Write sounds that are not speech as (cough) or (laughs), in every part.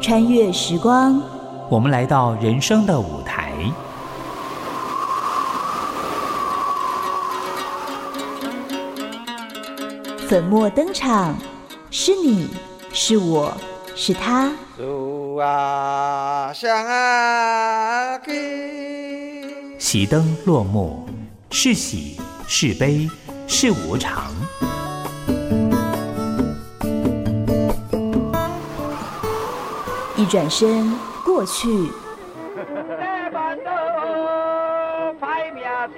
穿越时光，我们来到人生的舞台。粉墨登场，是你，是我，是他。树啊，香啊，给喜灯落幕，是喜是悲是无常。一转身，过去在板凳拍面子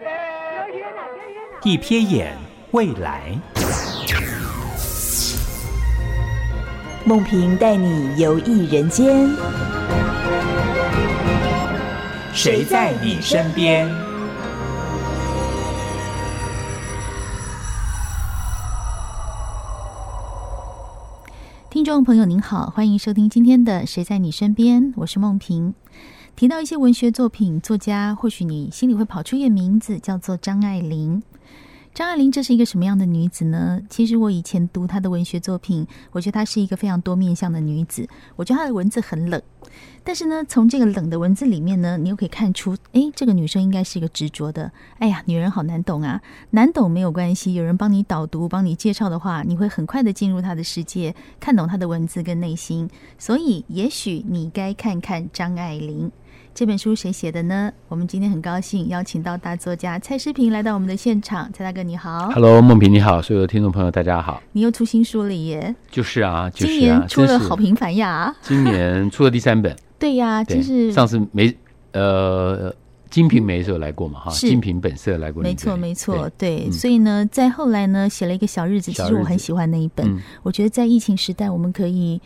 的。一瞥眼，未来。梦萍带你游艺人间，谁在你身边？听众朋友您好，欢迎收听今天的《谁在你身边》，我是梦萍。提到一些文学作品、作家，或许你心里会跑出一个名字，叫做张爱玲。张爱玲这是一个什么样的女子呢？其实我以前读她的文学作品，我觉得她是一个非常多面向的女子。我觉得她的文字很冷，但是呢，从这个冷的文字里面呢，你又可以看出，诶，这个女生应该是一个执着的。哎呀，女人好难懂啊，难懂没有关系，有人帮你导读、帮你介绍的话，你会很快的进入她的世界，看懂她的文字跟内心。所以，也许你该看看张爱玲。这本书谁写的呢？我们今天很高兴邀请到大作家蔡诗平来到我们的现场。蔡大哥你好， Hello，梦萍你好，所有的听众朋友大家好。你又出新书了耶！就是啊，就是啊，今年出了真是好，评繁呀， (laughs) 今年出了第 (laughs) 三本，对呀，对真，是上次没呃金瓶梅的时候来过嘛哈，是金瓶本色来过你没这里，错没错对，，对，嗯所以呢，再后来呢，写了一个小日子，其小实我日很子喜欢那一本嗯，我觉得在疫情时代，我们可以。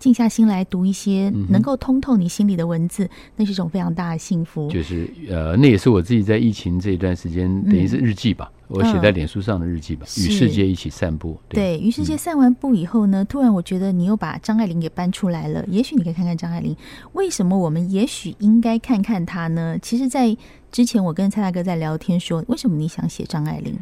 静下心来读一些嗯哼能够通透你心里的文字，那是一种非常大的幸福。就是呃，那也是我自己在疫情这一段时间，等于是日记吧，我写在脸书上的日记嗯吧，是与世界一起散步。对，嗯对于世界散完步以后呢，突然我觉得你又把张爱玲给搬出来了。也许你可以看看张爱玲，为什么我们也许应该看看她呢？其实，在之前我跟蔡大哥在聊天说，为什么你想写张爱玲？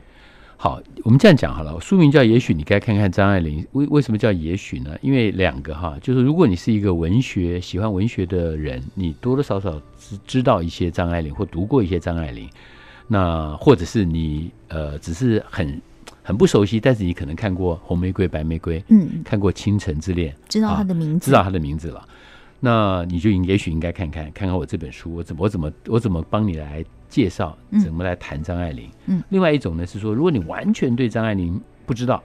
好，我们这样讲好了，书名叫《也许你该看看张爱玲》，为为什么叫也许呢？因为两个哈，就是如果你是一个文学喜欢文学的人，你多多少少知知道一些张爱玲或读过一些张爱玲，那或者是你呃只是很很不熟悉，但是你可能看过《红玫瑰》《白玫瑰》，嗯，看过《倾城之恋》，知道啊她的名字，知道他的名字了，那你就应也许应该看看看看我这本书，我怎么我怎么我怎么帮你来介绍嗯，怎么来谈张爱玲。嗯，另外一种呢是说，如果你完全对张爱玲不知道，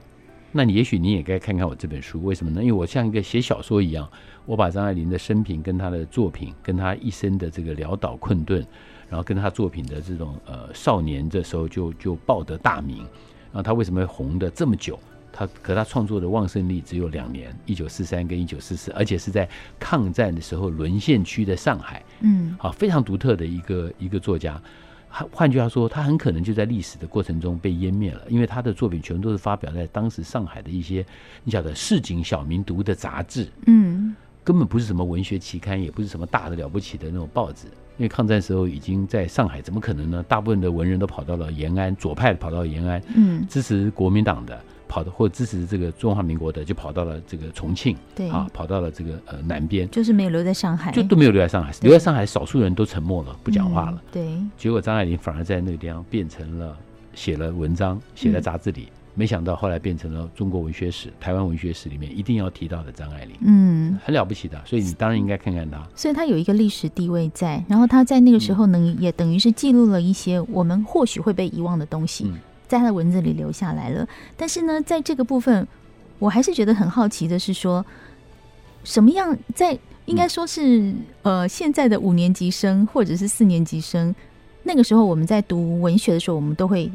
那你也许你也该看看我这本书，为什么呢？因为我像一个写小说一样，我把张爱玲的生平、跟她的作品、跟她一生的这个潦倒困顿，然后跟她作品的这种呃少年的时候就就报得大名，然后她为什么会红的这么久？她可她创作的旺盛力只有两年，一九四三跟一九四四，而且是在抗战的时候沦陷区的上海，嗯啊，非常独特的一个一个作家。换换句话说，他很可能就在历史的过程中被湮灭了，因为他的作品全都是发表在当时上海的一些你晓得市井小民读的杂志，嗯，根本不是什么文学期刊，也不是什么大的了不起的那种报纸。因为抗战时候已经在上海，怎么可能呢？大部分的文人都跑到了延安，左派跑到延安，嗯支持国民党的跑到或支持这个中华民国的，就跑到了这个重庆，对啊，跑到了这个呃南边，就是没有留在上海，就都没有留在上海。对留在上海，少数人都沉默了，不讲话了。嗯对，结果张爱玲反而在那个地方变成了写了文章，嗯写在杂志里。没想到后来变成了中国文学史、台湾文学史里面一定要提到的张爱玲，嗯。很了不起的，所以你当然应该看看她。所以它有一个历史地位在，然后它在那个时候呢，也等于是记录了一些我们或许会被遗忘的东西，嗯在它的文字里留下来了。但是呢，在这个部分，我还是觉得很好奇的是说，什么样在应该说是、呃现在的五年级生或者是四年级生，那个时候我们在读文学的时候，我们都会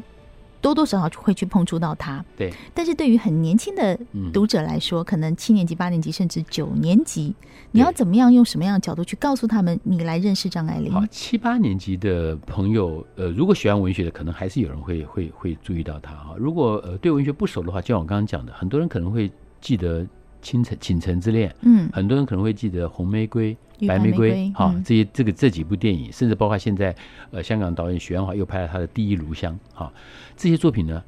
多多少少会去碰触到它。对，但是对于很年轻的嗯读者来说，可能七年级、八年级甚至九年级，你对要怎么样用什么样的角度去告诉他们，你来认识张爱玲？好，七八年级的朋友，呃，如果喜欢文学的，可能还是有人会会会注意到他哈。如果呃对文学不熟的话，就像我刚刚讲的，很多人可能会记得《倾城倾城之恋》，嗯，很多人可能会记得《红玫瑰》与《白白玫玫瑰瑰》哈、嗯这些这个这几部电影，甚至包括现在呃香港导演许鞍华又拍了他的《第一炉香》哈、这些作品呢，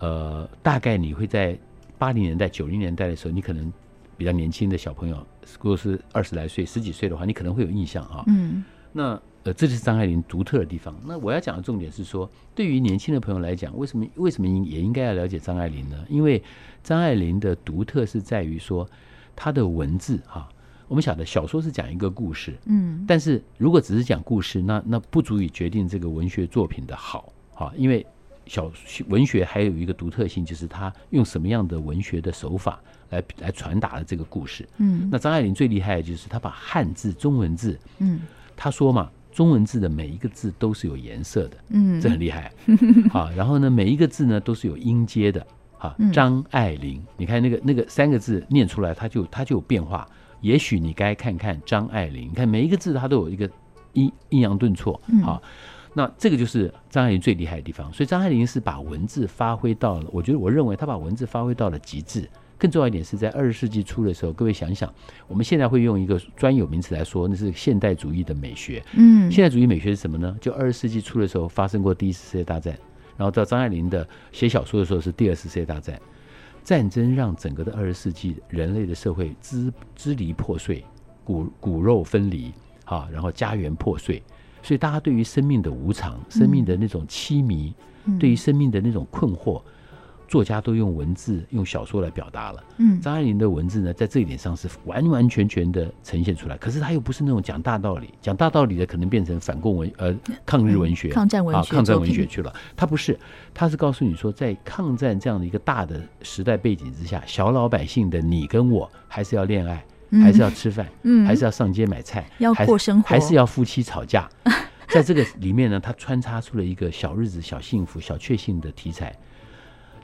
呃，大概你会在八零年代、九零年代的时候，你可能。比较年轻的小朋友，如果是二十来岁、十几岁的话，你可能会有印象啊。嗯那呃，这就是张爱玲独特的地方。那我要讲的重点是说，对于年轻的朋友来讲，为什么为什么应也应该要了解张爱玲呢？因为张爱玲的独特是在于说她的文字哈、我们晓得小说是讲一个故事，嗯但是如果只是讲故事，那那不足以决定这个文学作品的好啊，因为小文学还有一个独特性，就是它用什么样的文学的手法来来传达了这个故事。嗯那张爱玲最厉害的就是她把汉字、中文字，嗯她说嘛，中文字的每一个字都是有颜色的，嗯这很厉 (laughs) 害啊。然后呢，每一个字呢都是有音阶的啊嗯。张爱玲，你看那个那个三个字念出来，它就它就有变化。也许你该看看张爱玲，你看每一个字它都有一个阴阴阳顿挫嗯啊。那这个就是张爱玲最厉害的地方，所以张爱玲是把文字发挥到了，我觉得我认为她把文字发挥到了极致。更重要一点是在二十世纪初的时候，各位想一想，我们现在会用一个专有名词来说，那是现代主义的美学。嗯现代主义美学是什么呢？就二十世纪初的时候发生过第一次世界大战，然后到张爱玲的写小说的时候是第二次世界大战。战争让整个的二十世纪人类的社会支支离破碎，骨骨肉分离啊，然后家园破碎，所以大家对于生命的无常、生命的那种凄迷、嗯对于生命的那种困惑，作家都用文字、用小说来表达了。嗯张爱玲的文字呢，在这一点上是完完全全的呈现出来。可是她又不是那种讲大道理，讲大道理的可能变成反共文呃抗日文嗯学、抗战文啊学抗战作文品学去了。她不是，她是告诉你说，在抗战这样的一个大的时代背景之下，小老百姓的你跟我还是要恋爱，嗯还是要吃饭，嗯还是要上街买菜，要还是过生活还是要夫妻吵架。在这个里面呢，她穿插出了一个小日子、小幸福、小确幸的题材。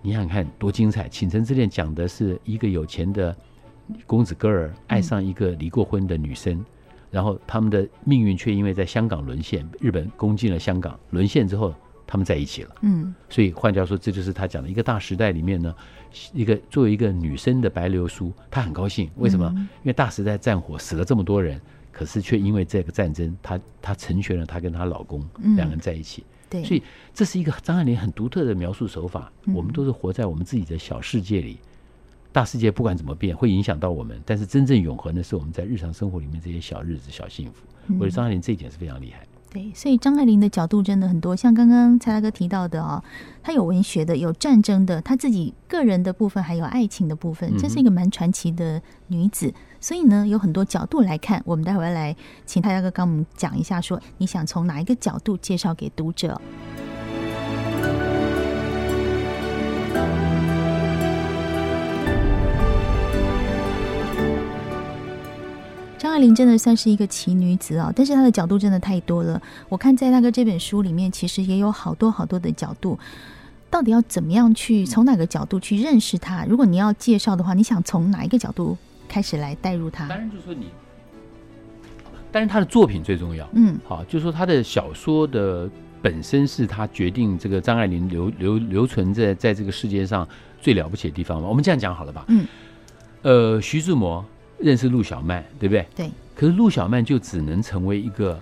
你想想看，多精彩！《倾城之恋》讲的是一个有钱的公子哥儿嗯爱上一个离过婚的女生，然后他们的命运却因为在香港沦陷，日本攻进了香港，沦陷之后他们在一起了。嗯所以换句话说，这就是他讲的一个大时代里面呢，一个作为一个女生的白流苏，她很高兴，为什嗯么？因为大时代战火死了这么多人，可是却因为这个战争，她她成全了她跟她老公嗯两个人在一起。对，所以这是一个张爱玲很独特的描述手法。嗯我们都是活在我们自己的小世界里，大世界不管怎么变，会影响到我们，但是真正永恒的是我们在日常生活里面这些小日子、小幸福。嗯我觉得张爱玲这一点是非常厉害。对，所以张爱玲的角度真的很多，像刚刚蔡大哥提到的哦，她有文学的，有战争的，她自己个人的部分，还有爱情的部嗯分，真是一个蛮传奇的女子。所以呢，有很多角度来看，我们待会儿来请蔡大哥跟我们讲一下说你想从哪一个角度介绍给读者哦。张爱玲真的算是一个奇女子啊、但是她的角度真的太多了。我看在那个这本书里面，其实也有好多好多的角度。到底要怎么样去从哪个角度去认识她？如果你要介绍的话，你想从哪一个角度开始来带入她当？然，就是说你，但是她的作品最重要。嗯好，就是说她的小说的本身是她决定这个张爱玲留留留存在在这个世界上最了不起的地方嘛。我们这样讲好了吧？嗯。呃，徐志摩认识陆小曼，对不对？对。可是陆小曼就只能成为一个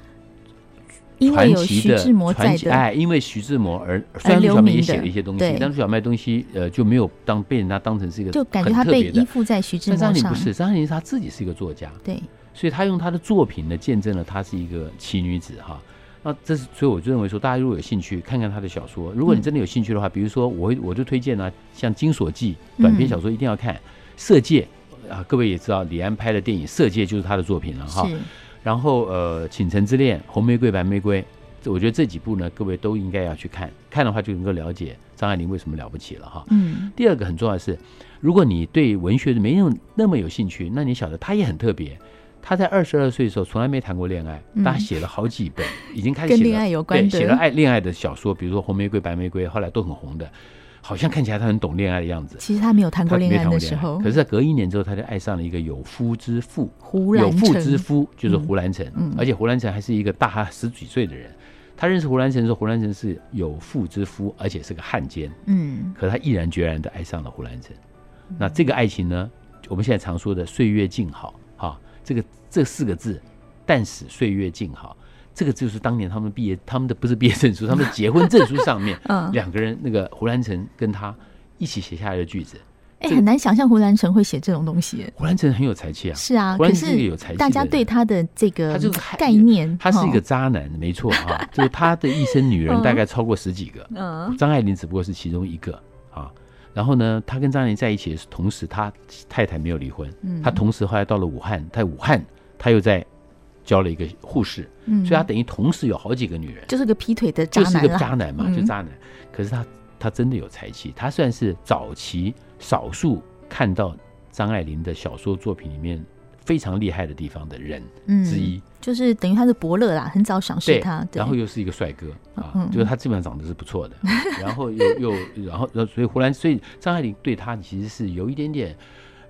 因为传有奇徐的志摩在传奇的，哎，因为徐志摩而虽然陆留小曼也名的写了一些东西对，但陆小曼的东西呃就没有当被人家当成是一个就感觉很她特被别的依附在徐志但张摩爱玲上不。是，张爱玲她自己是一个作家，对，所以她用她的作品呢，见证了她是一个奇女子哈。那这是，所以我就认为说，大家如果有兴趣，看看她的小说。如果你真的有兴趣的话，比如说我会，我就推荐呢、像《金锁记》短篇小说一定要看，色戒》啊，各位也知道，李安拍的电影《色戒》就是她的作品了哈。是，然后呃，《倾城之恋》《红玫瑰白玫瑰》，这我觉得这几部呢，各位都应该要去看，看的话就能够了解张爱玲为什么了不起了哈。嗯第二个很重要的是，如果你对文学没有那么有兴趣，那你晓得他也很特别。他在二十二岁的时候从来没谈过恋爱，嗯但他写了好几本，已经开始跟写了恋爱有关的对写了爱恋爱的小说，比如说《红玫瑰白玫瑰》，后来都很红的，好像看起来他很懂恋爱的样子。其实她没有谈他过没恋爱谈的过恋时爱候，可是他隔一年之后，他就爱上了一个有夫之妇，胡有兰妇之成，夫就是胡兰成，嗯而且胡兰成还是一个大他十几岁的人。他认识胡兰成的时候，胡兰成是有妇之夫，而且是个汉奸。嗯可他毅然决然的爱上了胡兰成。那这个爱情呢，我们现在常说的“岁月静好”哈、这个这四个字，但使岁月静好，这个就是当年他们毕业，他们的不是毕业证 (laughs)，书，他们的结婚证书上面嗯两个人那个胡兰成跟他一起写下来的句子。哎、这个很难想象胡兰成会写这种东西。胡兰成很有才气啊，是啊，胡兰可成是一个有是才气的大人家对他的这个他这个太概念，他是一个哦渣男，没错啊，就是他的一生女 (laughs) 人嗯大概超过十几个，嗯张爱玲只不过是其中一个啊。然后呢，他跟张爱玲在一起的是同时，他太太没有离婚，嗯他同时后来到了武汉，在武汉他又在交了一个护士，嗯，所以他等于同时有好几个女人，就是个劈腿的渣就是一男个啦渣男嘛，嗯就渣男。可是他他真的有才气，他算是早期少数看到张爱玲的小说作品里面非常厉害的地方的人之一。嗯就是等于他是伯乐啦，很早赏识对他，对然后又是一个帅哥啊，嗯就是他基本上长得是不错的， (laughs) 然后又又然后然后所以胡兰，所以张爱玲对他其实是有一点点，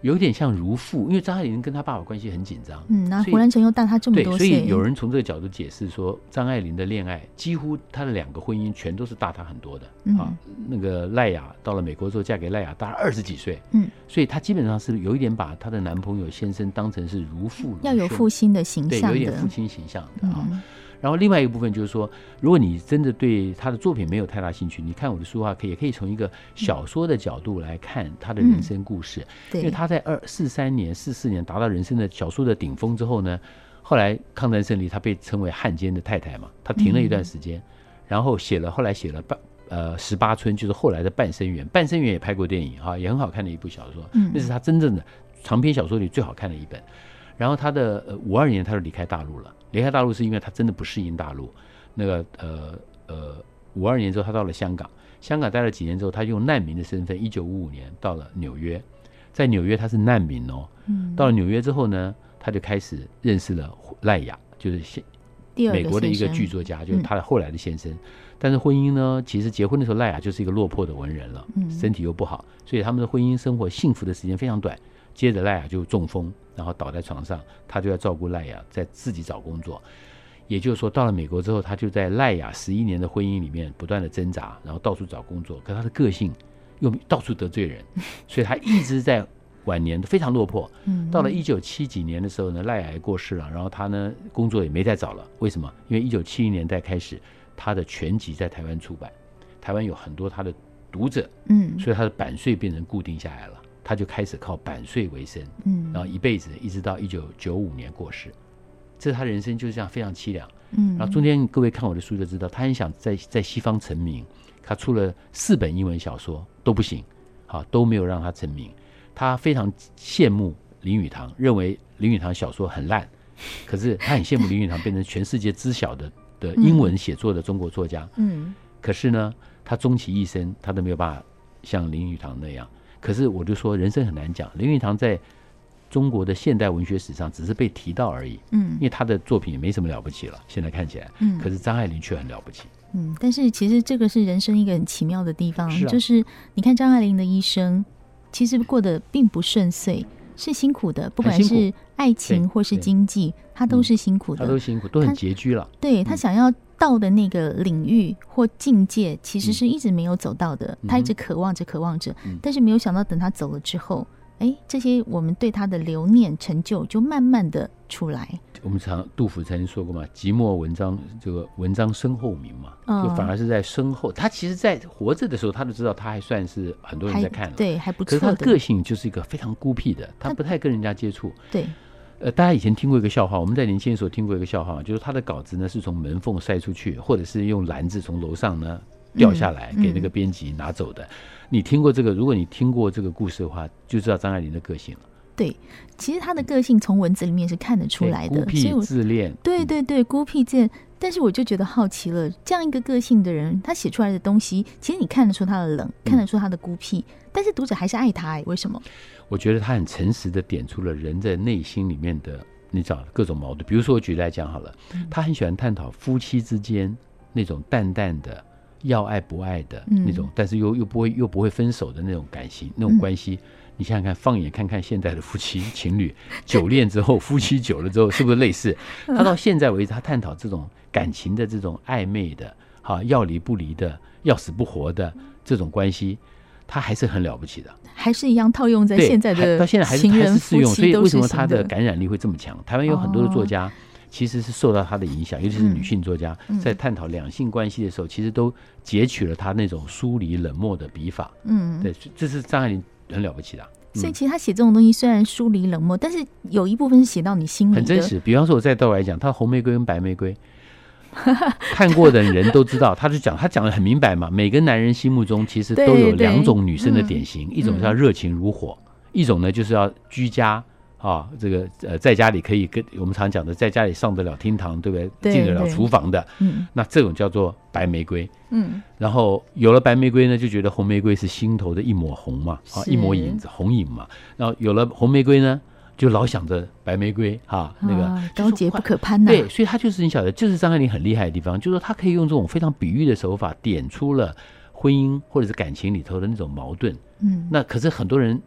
有一点像如父，因为张爱玲跟他爸爸关系很紧张，嗯，那所以胡兰成又大他这么对，多所岁，以有人从这个角度解释说，张爱玲的恋爱几乎她的两个婚姻全都是大她很多的、啊嗯。那个赖雅到了美国之后，嫁给赖雅大二十几岁，嗯，所以她基本上是有一点把她的男朋友先生当成是如父如要有兄父亲的形对，象有一的点，父亲形象的啊。嗯然后另外一个部分就是说，如果你真的对他的作品没有太大兴趣，你看我的书的话，可以也可以从一个小说的角度来看他的人生故事，因为嗯对，他在二四三年、四四年达到人生的小说的顶峰之后呢，后来抗战胜利，他被称为汉奸的太太嘛，他停了一段时间，然后写了后来写了半。呃，十八春就是后来的《半生缘》，《半生缘》也拍过电影哈、也很好看的一部小说，嗯那是他真正的长篇小说里最好看的一本。然后他的呃五二年他就离开大陆了，离开大陆是因为他真的不适应大陆。那个呃呃五二年之后他到了香港，香港待了几年之后，他用难民的身份，一九五五年到了纽约，在纽约他是难民哦。嗯到了纽约之后呢，他就开始认识了赖雅，就是现第二美国的先一个生剧，作家，就是嗯他的后来的先生。但是婚姻呢，其实结婚的时候，赖雅就是一个落魄的文人了，嗯身体又不好，所以他们的婚姻生活幸福的时间非常短。接着赖雅就中风，然后倒在床上，他就要照顾赖雅，在自己找工作。也就是说，到了美国之后，他就在赖雅十一年的婚姻里面不断的挣扎，然后到处找工作。可他的个性又到处得罪人，所以他一直在晚年非常落魄。嗯到了一九七几年的时候呢，赖雅也过世了，然后他呢工作也没再找了。为什么？因为一九七零年代开始，他的全集在台湾出版，台湾有很多他的读者，嗯所以他的版税变成固定下来了，他就开始靠版税为生，嗯，然后一辈子一直到一九九五年过世。这是他人生就是这样非常凄凉。嗯，然后中间各位看我的书就知道，他很想在在西方成名，他出了四本英文小说都不行，好都没有让他成名。他非常羡慕林语堂，认为林语堂小说很烂，可是他很羡慕林语堂变成全世界知晓的的英文写作的中国作家。嗯可是呢，他终其一生，他都没有办法像林语堂那样。可是我就说，人生很难讲。林语堂在中国的现代文学史上只是被提到而已，因嗯为他的作品也没什么了不起了，现在看起来。嗯可是张爱玲却很了不起，嗯，但是其实这个是人生一个很奇妙的地方，是啊就是你看张爱玲的一生，其实过得并不顺遂，是辛苦的，不很管辛苦是爱情对或是对经济，她都嗯是辛苦她的。都辛苦，都很拮据了。对她嗯想要到的那个领域或境界，其实是一直没有走到的，她一直渴望着渴望着，嗯但是没有想到等她走了之后。哎，这些我们对她的留念、成就，就慢慢的出来。我们常杜甫曾经说过嘛，“寂寞文章，这个文章身后名”嘛，嗯就反而是在身后。他其实，在活着的时候，他就知道他还算是很多人还在看了。，对，还不可是他错的的个。性就是一个非常孤僻的，他他不太跟人家接触。对，呃，大家以前听过一个笑话，我们在年轻的时候听过一个笑话，就是他的稿子呢是从门缝塞出去，或者是用篮子从楼上呢掉下来嗯给那个编辑拿走的。你听过这个？如果你听过这个故事的话，就知道张爱玲的个性了，对，其实他的个性从文字里面是看得出对来孤的，所僻以我自恋，对嗯对对孤僻这，但是我就觉得好奇了，这样一个个性的人，他写出来的东西，其实你看得出他的冷，看嗯得出他的孤僻，但是读者还是爱他、哎，为什么？我觉得他很诚实的点出了人在内心里面的你知道各种矛盾。比如说，我举例来讲好了，他很喜欢探讨夫妻之间那种淡淡的要爱不爱的嗯那种，但是又又不会又不会分手的那种感情那种关系。你想想看，放眼看看现在的夫妻情侣 (laughs) 久恋之后，夫妻久了之后是不是类似？他到现在为止，他探讨这种感情的这种暧昧的，哈、要离不离的，要死不活的这种关系，他还是很了不起的。还是一样套用在对，现在还的到现在还是情还人是适夫用，所妻以都为什是么行他的的哦感染力会这么强？台湾有很多的作家、其实是受到他的影响，尤其是嗯女性作家、在探讨两性关系的时候，其实都截取了他那种疏离冷漠的笔法。嗯对，这这是张爱玲很了不起的啊、所以其实他写这种东西虽然疏离冷漠，但是有一部分是写到你心里的，很真实。比方说，我再倒过来讲，他红玫瑰跟白玫瑰，看过的人都知道，他就讲他讲的很明白嘛。每个男人心目中其实对都有对两种女生的典型，一种嗯叫热情如火，一种呢就是要居家。啊，这个呃，在家里可以跟我们常讲的，在家里上得了厅堂，对不对？对进得了对厨房的，嗯那这种叫做白玫瑰。嗯，然后有了白玫瑰呢，就觉得红玫瑰是心头的一抹红嘛，啊，是一抹影子红影嘛。然后有了红玫瑰呢，就老想着白玫瑰哈、那个啊就是高洁不可攀呐、对，所以他就是你晓得，就是张爱玲很厉害的地方，就是说他可以用这种非常比喻的手法，点出了婚姻或者是感情里头的那种矛盾。嗯，那可是很多人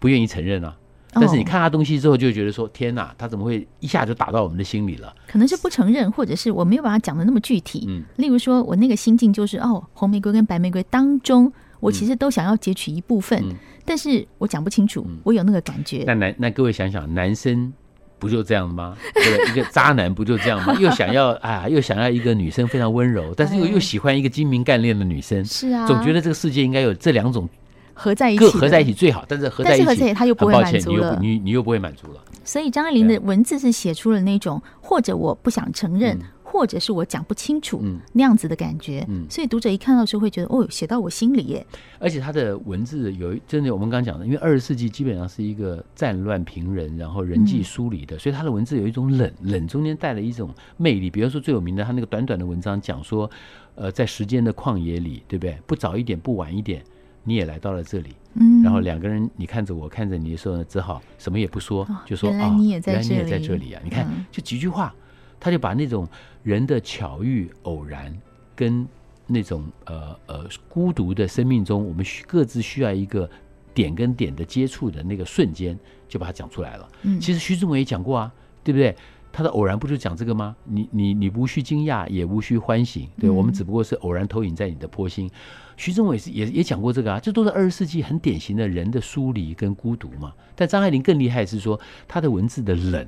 不愿意承认啊。但哦是你看他东西之后，就觉得说天哪，他怎么会一下就打到我们的心里了？可能是不承认，或者是我没有把它讲的那么具体。嗯，例如说，我那个心境就是，哦，红玫瑰跟白玫瑰当中，我其实都想要截取一部分，嗯但是我讲不清楚，我有那个感觉。那男那各位想想，男生不就这样吗？对不对，一个渣男不就这样吗？ (laughs) 又想要啊，又想要一个女生非常 (laughs) 温柔，但是又哎又喜欢一个精明干练的女生，是啊，总觉得这个世界应该有这两种合在一起各的，合在一起最好，但是合在但一是起，合在一起他又不很会抱满歉，足你又了不你你又不会满足了。所以张爱玲的文字是写出了那种，或者我不想承认，或者是我讲不清楚、嗯那样子的感觉。嗯所以读者一看到是会觉得，哦，写到我心里耶。而且他的文字有一真的，我们刚刚讲的，因为二十世纪基本上是一个战乱平人，然后人际嗯疏离的，所以他的文字有一种冷，冷中间带了一种魅力。比如说最有名的，他那个短短的文章讲说，呃，在时间的旷野里，对不对？不早一点，不晚一点，你也来到了这里。嗯，然后两个人，你看着我，看着你的时候呢，只好什么也不说，就说哦原来啊，你也在原来你也这在里这里啊！你看嗯，就几句话，他就把那种人的巧遇、偶然跟那种呃呃孤独的生命中，我们需各自需要一个点跟点的接触的那个瞬间，就把它讲出来了。嗯其实徐志摩也讲过啊，对不对？他的偶然不就讲这个吗？你你你无需惊讶，也无需欢喜，对、嗯我们只不过是偶然投影在你的波心。徐志摩也是也也讲过这个啊，这都是二十世纪很典型的人的疏离跟孤独嘛。但张爱玲更厉害是说她的文字的冷，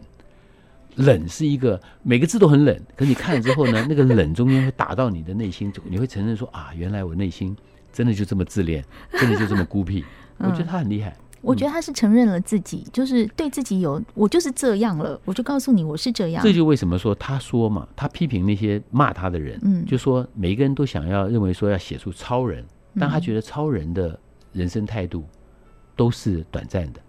冷是一个每个字都很冷，可是你看了之后呢，那个冷中间会打到你的内心，你会承认说啊，原来我内心真的就这么自恋，真的就这么孤僻。我觉得她很厉害。我觉得他是承认了自己，就是对自己有，我就是这样了，我就告诉你我是这样。这就为什么说他说嘛，他批评那些骂他的人，嗯就说每一个人都想要认为说要写出超人，嗯但他觉得超人的人生态度都是短暂的，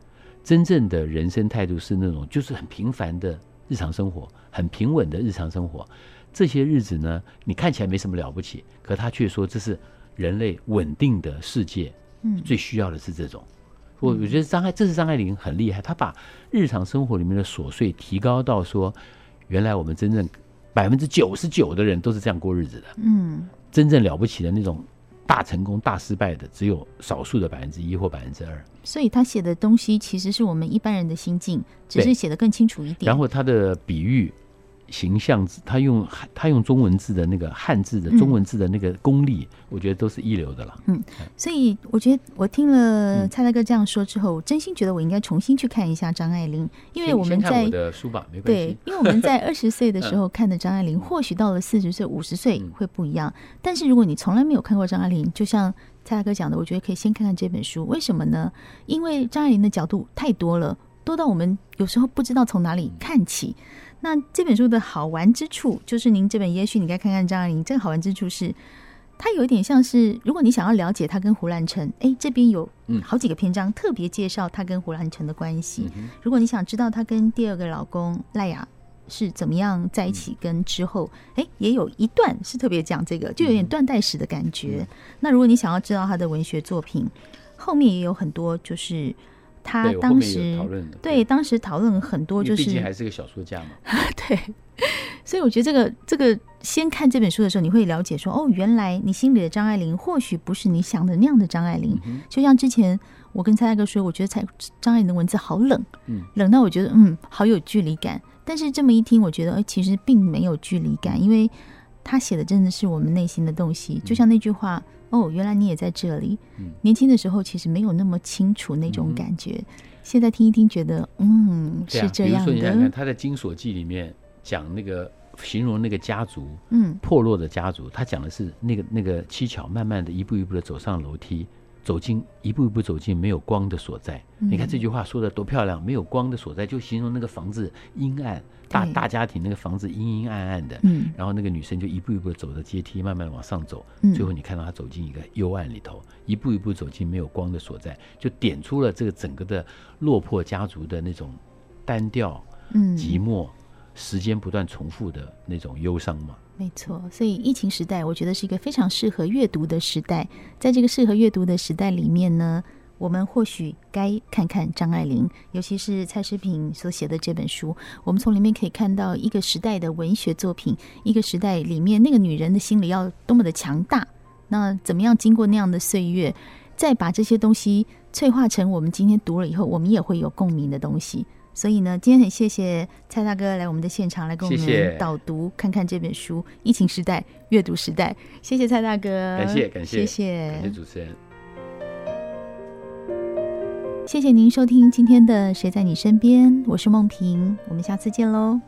真正的人生态度是那种就是很平凡的日常生活，很平稳的日常生活。这些日子呢，你看起来没什么了不起，可他却说这是人类稳定的世界，嗯最需要的是这种。我我觉得张爱，这是张爱玲很厉害，她把日常生活里面的琐碎提高到说，原来我们真正百分之九十九的人都是这样过日子的，嗯真正了不起的那种大成功、大失败的，只有少数的百分之一或百分之二。所以他写的东西其实是我们一般人的心境，只是对写的更清楚一点。然后他的比喻、形象字，他用汉他用中文字的那个汉字嗯的中文字的那个功力，我觉得都是一流的了。所以我觉得我听了嗯蔡大哥这样说之后，我真心觉得我应该重新去看一下张爱玲，因为先我们先看在我的书吧，没关对 (laughs) 系，。嗯因为我们在二十岁的时候看的张爱玲，或许到了四十岁、五十岁会不一样。但是如果你从来没有看过张爱玲，就像蔡大哥讲的，我觉得可以先看看这本书。为什么呢？因为张爱玲的角度太多了，多到我们有时候不知道从哪里看起。那这本书的好玩之处，就是您这本《也许你该看看张爱玲》，这个好玩之处是。它有一点像是，如果你想要了解她跟胡兰成，哎，这边有嗯好几个篇章特别介绍她跟胡兰成的关系。如果你想知道她跟第二个老公赖雅是怎么样在一起，跟之后，哎、也有一段是特别讲这个，就有点嗯断代史的感觉。那如果你想要知道她的文学作品，后面也有很多，就是她对我后当面有时讨论的对当时讨论了很多，因为就毕竟还是是个小说家嘛。 (laughs) 对。所以我觉得这个这个，先看这本书的时候，你会了解说，哦，原来你心里的张爱玲，或许不是你想的那样的张爱玲。嗯就像之前我跟蔡大哥说，我觉得蔡张爱玲的文字好冷，嗯冷到我觉得嗯，好有距离感。但是这么一听，我觉得、哎，其实并没有距离感，因为他写的真的是我们内心的东西。就像那句话，哦，原来你也在这里。嗯年轻的时候其实没有那么清楚那种嗯感觉，现在听一听，觉得嗯对是啊，这比如样说你想想看，的，他在《金锁记》里面讲那个形容那个家族嗯破落的家族，他讲的是那个那个七巧慢慢的一步一步的走上楼梯，走进一步一步走进没有光的所在。嗯你看这句话说的多漂亮，没有光的所在，就形容那个房子阴暗，大对大家庭那个房子阴阴暗暗的。嗯然后那个女生就一步一步地走着阶梯，慢慢地往上走嗯，最后你看到她走进一个幽暗里头，一步一步走进没有光的所在，就点出了这个整个的落魄家族的那种单调、嗯，寂寞、时间不断重复的那种忧伤嘛。没错，所以疫情时代，我觉得是一个非常适合阅读的时代。在这个适合阅读的时代里面呢，我们或许该看看张爱玲，尤其是蔡诗萍所写的这本书。我们从里面可以看到一个时代的文学作品，一个时代里面那个女人的心理要多么的强大，那怎么样经过那样的岁月，再把这些东西脆化成我们今天读了以后，我们也会有共鸣的东西。所以呢，今天很谢谢蔡大哥来我们的现场来跟我谢们谢导读，看看这本书《疫情时代阅读时代》。谢谢蔡大哥，感谢，感谢谢，谢，感谢主持人。谢谢您收听今天的《谁在你身边》，我是梦萍，我们下次见喽，